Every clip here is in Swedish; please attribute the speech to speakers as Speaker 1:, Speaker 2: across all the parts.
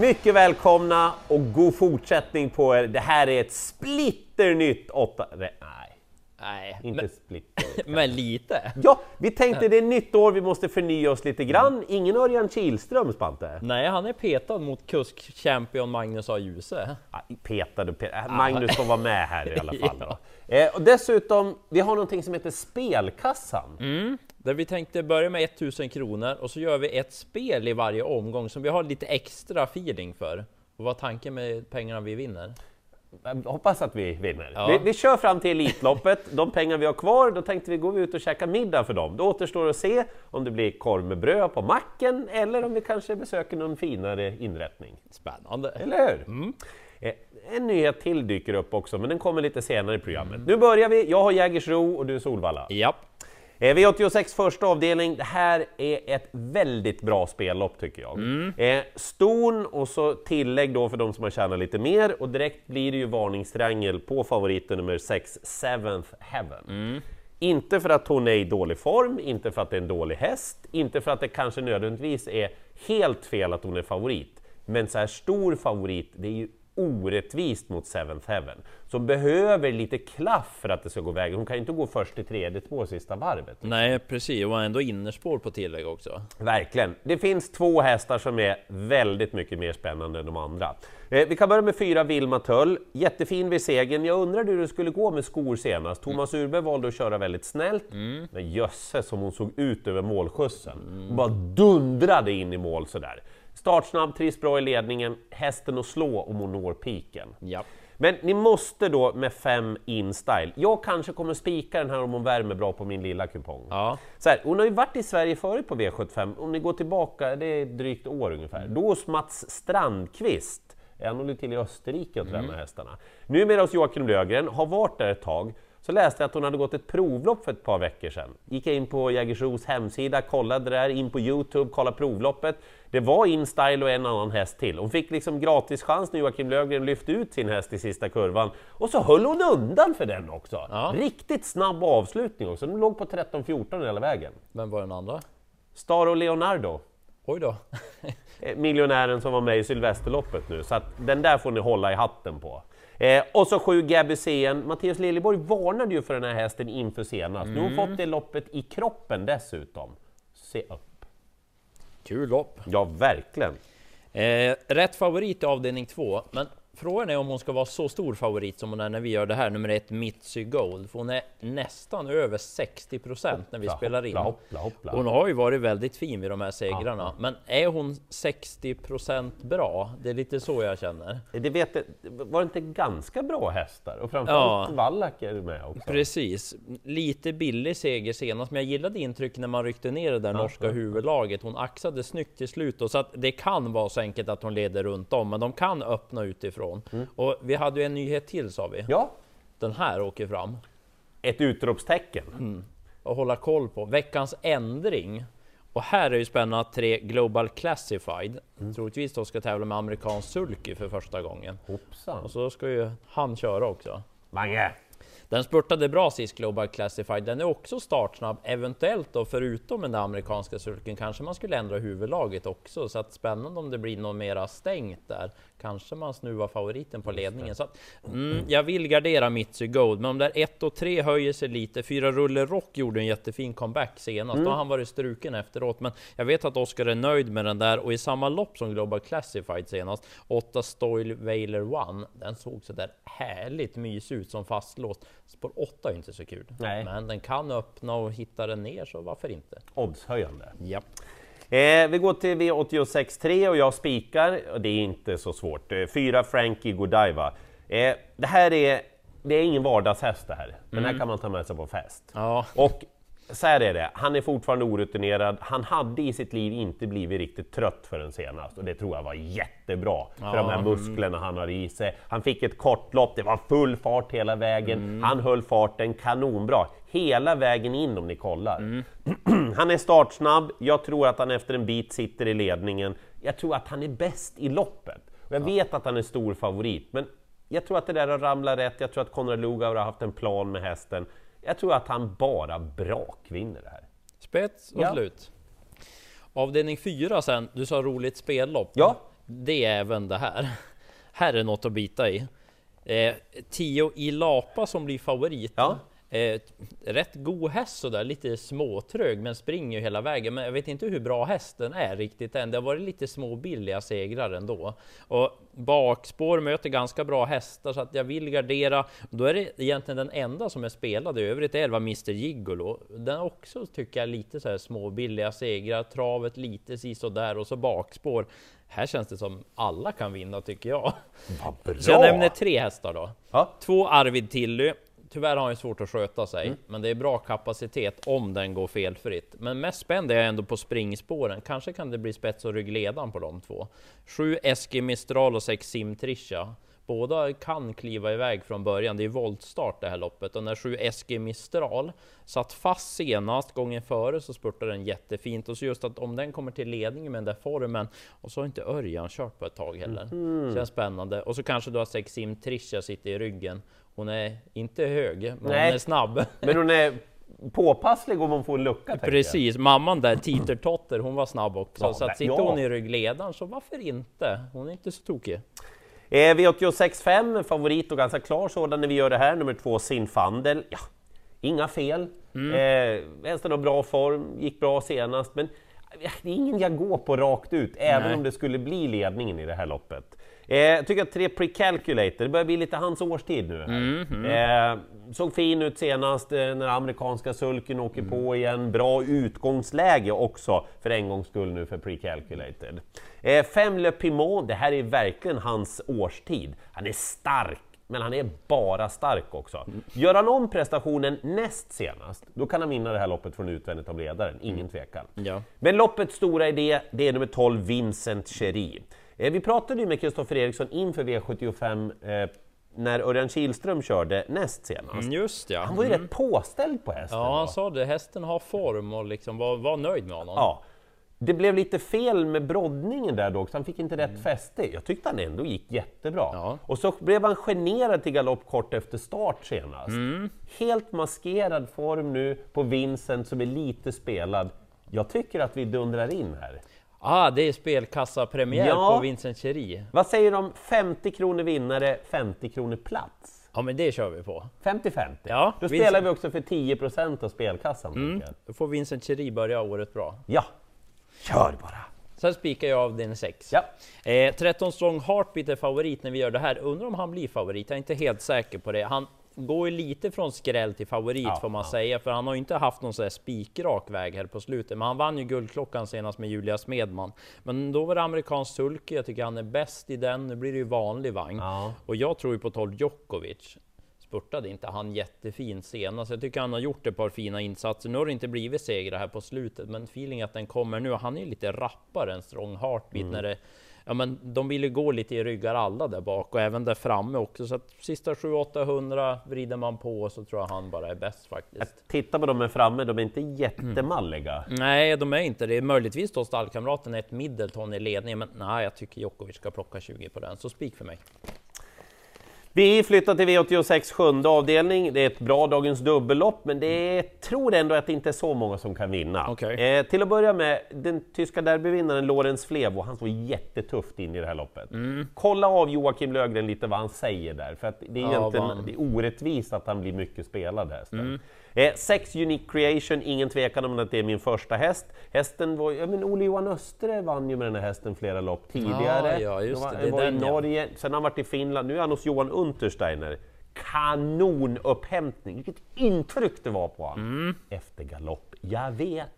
Speaker 1: Mycket välkomna och god fortsättning på er. Det här är ett splitternytt åtta... Nej,
Speaker 2: Nej,
Speaker 1: inte
Speaker 2: men,
Speaker 1: splitter.
Speaker 2: men lite.
Speaker 1: Ja, vi tänkte det är nytt år, vi måste förnya oss lite grann. Ingen Örjan Kihlström, Spante?
Speaker 2: Nej, han är petad mot kusk-champion Magnus A. Djuse.
Speaker 1: Ja, Ah, Petade och petade. Magnus får vara med här i alla fall. Då. Eh, och dessutom, vi har någonting som heter Spelkassan.
Speaker 2: Där vi tänkte börja med 1000 kronor och så gör vi ett spel i varje omgång som vi har lite extra feeling för. Och vad är tanken med pengarna vi vinner?
Speaker 1: Jag Hoppas att vi vinner.
Speaker 2: Ja.
Speaker 1: Vi, vi kör fram till Elitloppet, de pengar vi har kvar, då tänkte vi gå ut och käka middag för dem. Det återstår att se om det blir korv med bröd på macken eller om vi kanske besöker någon finare inrättning.
Speaker 2: Spännande!
Speaker 1: Eller hur? Eh, En nyhet till dyker upp också, men den kommer lite senare i programmet. Nu börjar vi, jag har Jägersro och du Solvalla.
Speaker 2: Japp!
Speaker 1: Eh, V86 första avdelning, det här är ett väldigt bra spellopp tycker jag. Eh, Ston och så tillägg då för de som har tjänat lite mer och direkt blir det ju varningstriangel på favoriten nummer 6, Seventh Heaven. Inte för att hon är i dålig form, inte för att det är en dålig häst, inte för att det kanske nödvändigtvis är helt fel att hon är favorit. Men så här stor favorit, det är ju orättvist mot Seventh Heaven som behöver lite klaff för att det ska gå vägen. Hon kan ju inte gå först till tredje två sista varvet.
Speaker 2: Nej precis, och ändå innerspår på tillägg också.
Speaker 1: Verkligen. Det finns två hästar som är väldigt mycket mer spännande än de andra. Eh, vi kan börja med fyra Vilma Töll, jättefin vid segern. Jag undrade hur det skulle gå med skor senast. Thomas Urberg valde att köra väldigt snällt, men jösses som hon såg ut över målskjutsen. Hon bara dundrade in i mål sådär. Startsnabb, trivs bra i ledningen, hästen att slå om hon når piken.
Speaker 2: Japp!
Speaker 1: Men ni måste då med fem InStyle, jag kanske kommer spika den här om hon värmer bra på min lilla kupong.
Speaker 2: Ja,
Speaker 1: Så här, hon har ju varit i Sverige förut på V75, om ni går tillbaka, det är ett drygt år ungefär, då hos Mats Strandqvist, han håller till i Österrike och tränar hästarna. Numera hos Joakim Lögren, har varit där ett tag, så läste jag att hon hade gått ett provlopp för ett par veckor sedan. Gick jag in på Jägersros hemsida, kollade där, in på Youtube, kollade provloppet. Det var InStyle och en annan häst till. Hon fick liksom gratis chans när Joakim Löfgren lyfte ut sin häst i sista kurvan. Och så höll hon undan för den också!
Speaker 2: Ja.
Speaker 1: Riktigt snabb avslutning också, de låg på 13-14 hela vägen.
Speaker 2: vem var den andra?
Speaker 1: Star och Leonardo,
Speaker 2: Oj då!
Speaker 1: eh, miljonären som var med i Sylvesterloppet nu, så att den där får ni hålla i hatten på. Eh, och så sju Gabby CN. Mattias Liljeborg varnade ju för den här hästen inför senast. Nu har hon fått det loppet i kroppen dessutom. Se upp!
Speaker 2: Kul lopp!
Speaker 1: Ja, verkligen!
Speaker 2: Eh, rätt favorit i avdelning två, men frågan är om hon ska vara så stor favorit som hon är när vi gör det här, nummer ett Mitzi Gold, för hon är nästan över 60 procent när vi
Speaker 1: Hoppla,
Speaker 2: spelar in.
Speaker 1: hoppla, hoppla, hoppla.
Speaker 2: Hon har ju varit väldigt fin vid de här segrarna, men är hon 60 procent bra? Det är lite så jag känner.
Speaker 1: Det vet, jag- var det inte ganska bra hästar? Och framförallt
Speaker 2: Ja.
Speaker 1: Wallach är med också.
Speaker 2: Precis, lite billig seger senast, men jag gillade intrycket när man ryckte ner det där norska huvudlaget. Hon axade snyggt till slut, och så att det kan vara så enkelt att hon leder runt om, men de kan öppna utifrån. Och vi hade ju en nyhet till sa vi.
Speaker 1: Ja,
Speaker 2: Den här åker fram
Speaker 1: ett utropstecken.
Speaker 2: Mm. och hålla koll på. Veckans ändring. Och här är ju spännande att tre Global Classified troligtvis då ska tävla med amerikansk sulky för första gången.
Speaker 1: Hoppsan!
Speaker 2: Och så ska ju han köra också.
Speaker 1: Mange!
Speaker 2: Den spurtade bra sist Global Classified. Den är också startsnabb. Eventuellt då förutom den där amerikanska sulken kanske man skulle ändra huvudlaget också. Så att spännande om det blir något mera stängt där. Kanske man snuvar favoriten på ledningen. Så att, mm, jag vill gardera Mitsu Gold, men om där 1 och 3 höjer sig lite. Fyra Rulle Rock gjorde en jättefin comeback senast. Då har han varit struken efteråt. Men jag vet att Oskar är nöjd med den där och i samma lopp som Global Classified senast, 8 Stoil Wailer One, den såg så där härligt mysig ut som fastlåst. Spår 8 är ju inte så kul,
Speaker 1: Nej.
Speaker 2: men den kan öppna och hitta den ner, så varför inte?
Speaker 1: Oddshöjande.
Speaker 2: Japp.
Speaker 1: Eh, vi går till V86.3 och jag spikar, och det är inte så svårt. Eh, Fyra Frankie Godiva. Eh, det här är, det är ingen vardagshäst det här. Den här kan man ta med sig på fest.
Speaker 2: Mm. Ja,
Speaker 1: Och så här är det, han är fortfarande orutinerad. Han hade i sitt liv inte blivit riktigt trött förrän senast och det tror jag var jättebra för
Speaker 2: Ja,
Speaker 1: de här musklerna han har i sig. Han fick ett kortlopp, det var full fart hela vägen.
Speaker 2: Mm.
Speaker 1: Han höll farten kanonbra hela vägen in om ni kollar.
Speaker 2: Mm.
Speaker 1: han är startsnabb, jag tror att han efter en bit sitter i ledningen. Jag tror att han är bäst i loppet. Och jag vet att han är stor favorit, men jag tror att det där har ramlat rätt. Jag tror att Konrad Lugauer har haft en plan med hästen. Jag tror att han bara brak vinner det här.
Speaker 2: Spets och
Speaker 1: Ja.
Speaker 2: slut. Avdelning 4 sen, du sa roligt spellopp.
Speaker 1: Ja.
Speaker 2: det är även det här. Här är något att bita i. Eh, tio i Lapa som blir favorit.
Speaker 1: Ja.
Speaker 2: Eh, rätt god häst sådär, lite småtrög men springer ju hela vägen. Men jag vet inte hur bra hästen är riktigt än. Det har varit lite små billiga segrar ändå. Och bakspår möter ganska bra hästar så att jag vill gardera. Då är det egentligen den enda som är spelad i övrigt, är 11 Mr Gigolo. Den också tycker jag är lite så här små billiga segrar, travet lite si så där och så bakspår. Här känns det som alla kan vinna tycker jag.
Speaker 1: Vad bra!
Speaker 2: Så jag nämner tre hästar då.
Speaker 1: Ja.
Speaker 2: Två Arvid Tilly. Tyvärr har han ju svårt att sköta sig, men det är bra kapacitet om den går felfritt. Men mest spänd är jag ändå på springspåren. Kanske kan det bli spets och ryggledan på de två. Sju Eski Mistral och sex Sim Trisha. Båda kan kliva iväg från början. Det är voltstart det här loppet och när sju Eski Mistral satt fast senast gången före så spurtade den jättefint och så just att om den kommer till ledningen med den där formen och så har inte Örjan kört på ett tag heller.
Speaker 1: Mhm.
Speaker 2: Känns spännande. Och så kanske du har sex Sim Trisha sitter i ryggen. Hon är inte hög, men
Speaker 1: Nej.
Speaker 2: hon är snabb.
Speaker 1: Men hon är påpasslig om hon får en lucka tänker jag.
Speaker 2: Precis, mamman där, Titertotter, hon var snabb också.
Speaker 1: Ja,
Speaker 2: så
Speaker 1: där-
Speaker 2: att sitter
Speaker 1: ja.
Speaker 2: hon i ryggledaren så varför inte? Hon är inte så tokig.
Speaker 1: Eh, V86.5, favorit och ganska klar sådan när vi gör det här. Nummer två, Sinfandel. Ja, inga fel. Eh, hästen har bra form, gick bra senast, men eh, det är ingen jag går på rakt ut, även
Speaker 2: Nej.
Speaker 1: om det skulle bli ledningen i det här loppet. Eh, jag tycker att tre Precalculator, det börjar bli lite hans årstid nu. Här. Eh, såg fin ut senast eh, när amerikanska sulken åker på igen. Bra utgångsläge också för en gångs skull nu för Precalculated. Eh, fem Le Pimon, det här är verkligen hans årstid. Han är stark, men han är bara stark också. Gör han om prestationen näst senast, då kan han vinna det här loppet från utvändigt av ledaren, ingen tvekan.
Speaker 2: Ja.
Speaker 1: Men loppets stora idé, det är nummer 12, Vincent Cherie. Eh, vi pratade ju med Kristoffer Eriksson inför V75 eh, när Örjan Kihlström körde näst senast.
Speaker 2: Mm, Just ja.
Speaker 1: Han var ju rätt påställd på hästen.
Speaker 2: Ja,
Speaker 1: va?
Speaker 2: han sa det. Hästen har form och liksom var, var nöjd med honom.
Speaker 1: ja. Det blev lite fel med broddningen där då också, han fick inte rätt fäste. Jag tyckte han ändå gick jättebra.
Speaker 2: Mm. Ja.
Speaker 1: Och så blev han generad till galopp kort efter start senast.
Speaker 2: Mm.
Speaker 1: Helt maskerad form nu på Vincent som är lite spelad. Jag tycker att vi dundrar in här.
Speaker 2: Ah, det är spelkassapremiär
Speaker 1: Ja.
Speaker 2: på Vincent Cheri.
Speaker 1: Vad säger du om 50 kronor vinnare, 50 kronor plats?
Speaker 2: Ja, men det kör vi på.
Speaker 1: 50-50.
Speaker 2: Ja,
Speaker 1: Då
Speaker 2: Vincent. Mm.
Speaker 1: spelar vi också för 10 av spelkassan. tänker jag.
Speaker 2: Då får Vincent Cheri börja året bra.
Speaker 1: Ja, kör bara!
Speaker 2: Sen spikar jag av din sex.
Speaker 1: Ja.
Speaker 2: Eh, 13 strong heartbeat är favorit när vi gör det här. Undrar om han blir favorit? Jag är inte helt säker på det. Han går ju lite från skräll till favorit
Speaker 1: Ja,
Speaker 2: får man
Speaker 1: ja.
Speaker 2: säga, för han har ju inte haft någon sån här spikrak väg här på slutet. Men han vann ju Guldklockan senast med Julia Smedman. Men då var det amerikansk sulke. Jag tycker han är bäst i den. Nu blir det ju vanlig vagn.
Speaker 1: Ja.
Speaker 2: Och jag tror ju på 12 Djokovic. Spurtade inte han jättefin senast? Jag tycker han har gjort ett par fina insatser. Nu har det inte blivit segrar här på slutet, men feeling att den kommer nu. Han är ju lite rappare än Strong Heartbeat när det... Ja, men de vill ju gå lite i ryggar alla där bak och även där framme också. Så att sista 700-800 vrider man på så tror jag han bara är bäst faktiskt.
Speaker 1: Titta på dem här framme, de är inte jättemalliga.
Speaker 2: Nej, de är inte det. Möjligtvis då stallkamraten är ett Middleton i ledningen, men nej, jag tycker Djokovic ska plocka 20 på den. Så spik för mig.
Speaker 1: Vi flyttar till V86 sjunde avdelning. Det är ett bra dagens dubbellopp, men det är, tror ändå att det inte är så många som kan vinna.
Speaker 2: Okej.
Speaker 1: Eh, till att börja med, den tyska derbyvinnaren Lorenz Flevo, han står jättetufft in i det här loppet.
Speaker 2: Mm.
Speaker 1: Kolla av Joakim Lögren lite vad han säger där, för att det är
Speaker 2: Ja,
Speaker 1: egentligen
Speaker 2: vad han- Mm.
Speaker 1: det är orättvist att han blir mycket spelad hästen. Eh, sex Unique Creation, ingen tvekan om att det är min första häst. Hästen var, ja men Ole Johan Östre vann ju med den här hästen flera lopp tidigare.
Speaker 2: Ja, ja, just
Speaker 1: var,
Speaker 2: det, det är
Speaker 1: var i
Speaker 2: den, ja.
Speaker 1: Norge, sen har han varit i Finland, nu är han hos Johan Untersteiner. Kanonupphämtning! Vilket intryck det var på honom! Efter galopp, jag vet!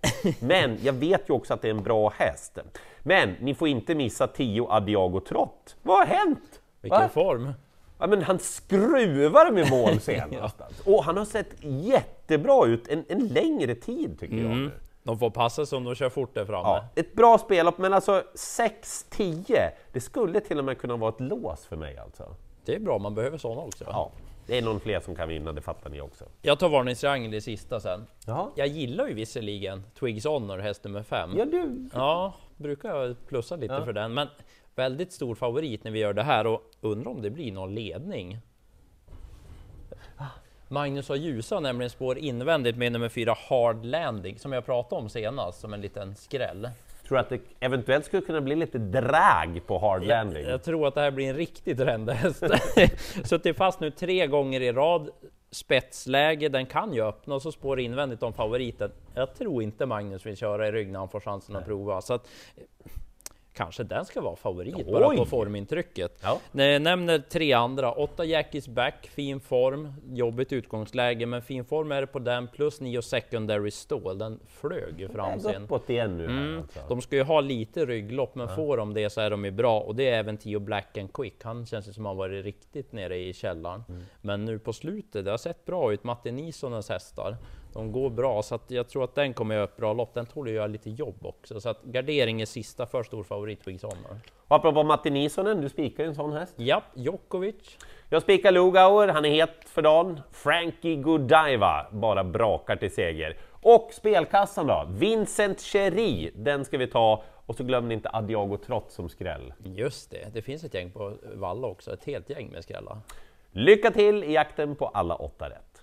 Speaker 1: Men jag vet ju också att det är en bra häst. Men ni får inte missa 10 Adiago Trott. Vad har hänt?
Speaker 2: Vilken
Speaker 1: Va?
Speaker 2: form!
Speaker 1: Ja, men han skruvar med mål senast. alltså. Och han har sett jättebra ut en, en längre tid tycker jag. Nu.
Speaker 2: De får passa sig om de kör fort där framme.
Speaker 1: Ja, ett bra spellopp, men alltså 6-10, det skulle till och med kunna vara ett lås för mig alltså.
Speaker 2: Det är bra, man behöver sådana också.
Speaker 1: Ja, det är någon fler som kan vinna, det fattar ni också.
Speaker 2: Jag tar varningstriangeln i sista sen.
Speaker 1: Jaha.
Speaker 2: Jag gillar ju visserligen Twigs Honor, häst nummer 5.
Speaker 1: Ja, du.
Speaker 2: Ja, brukar jag plussa lite för den. Men väldigt stor favorit när vi gör det här och undrar om det blir någon ledning. Magnus har ljusa nämligen spår invändigt med nummer 4 Hard Landing som jag pratade om senast som en liten skräll.
Speaker 1: Tror du att det eventuellt skulle kunna bli lite drag på hard landing?
Speaker 2: Jag tror att det här blir en riktigt trendhäst. Suttit fast nu tre gånger i rad. Spetsläge, den kan ju öppna och så spår invändigt om favoriten. Jag tror inte Magnus vill köra i rygg när han får chansen att prova. Så att, kanske den ska vara favorit bara
Speaker 1: Oj!
Speaker 2: på formintrycket.
Speaker 1: Ja.
Speaker 2: Nej, Nämner tre andra. Åtta Jackies back, fin form, jobbigt utgångsläge, men fin form är det på den plus nio secondary stall. Den flög ju
Speaker 1: Jag
Speaker 2: fram
Speaker 1: har
Speaker 2: sen.
Speaker 1: gått uppåt igen nu. här, alltså.
Speaker 2: De ska ju ha lite rygglopp, men får de det så är de ju bra. Och det är även Tio Black and Quick. Han känns ju som han varit riktigt nere i källaren. Men nu på slutet, det har sett bra ut. Matte Nissonens hästar, de går bra. Så att jag tror att den kommer göra ett bra lopp. Den tål ju göra lite jobb också. Så att gardering är sista för stor favorit på Sommar.
Speaker 1: Och apropå Matti Nisonen, du spikar ju en sån häst.
Speaker 2: Japp, Djokovic.
Speaker 1: Jag spikar Lugauer, han är het för dagen. Frankie Godiva bara brakar till seger. Och spelkassan då? Vincent Cheri, den ska vi ta. Och så glöm inte Adiago Trott som skräll.
Speaker 2: Just det, det finns ett gäng på Valla också. Ett helt gäng med skrällar.
Speaker 1: Lycka till i jakten på alla åtta rätt!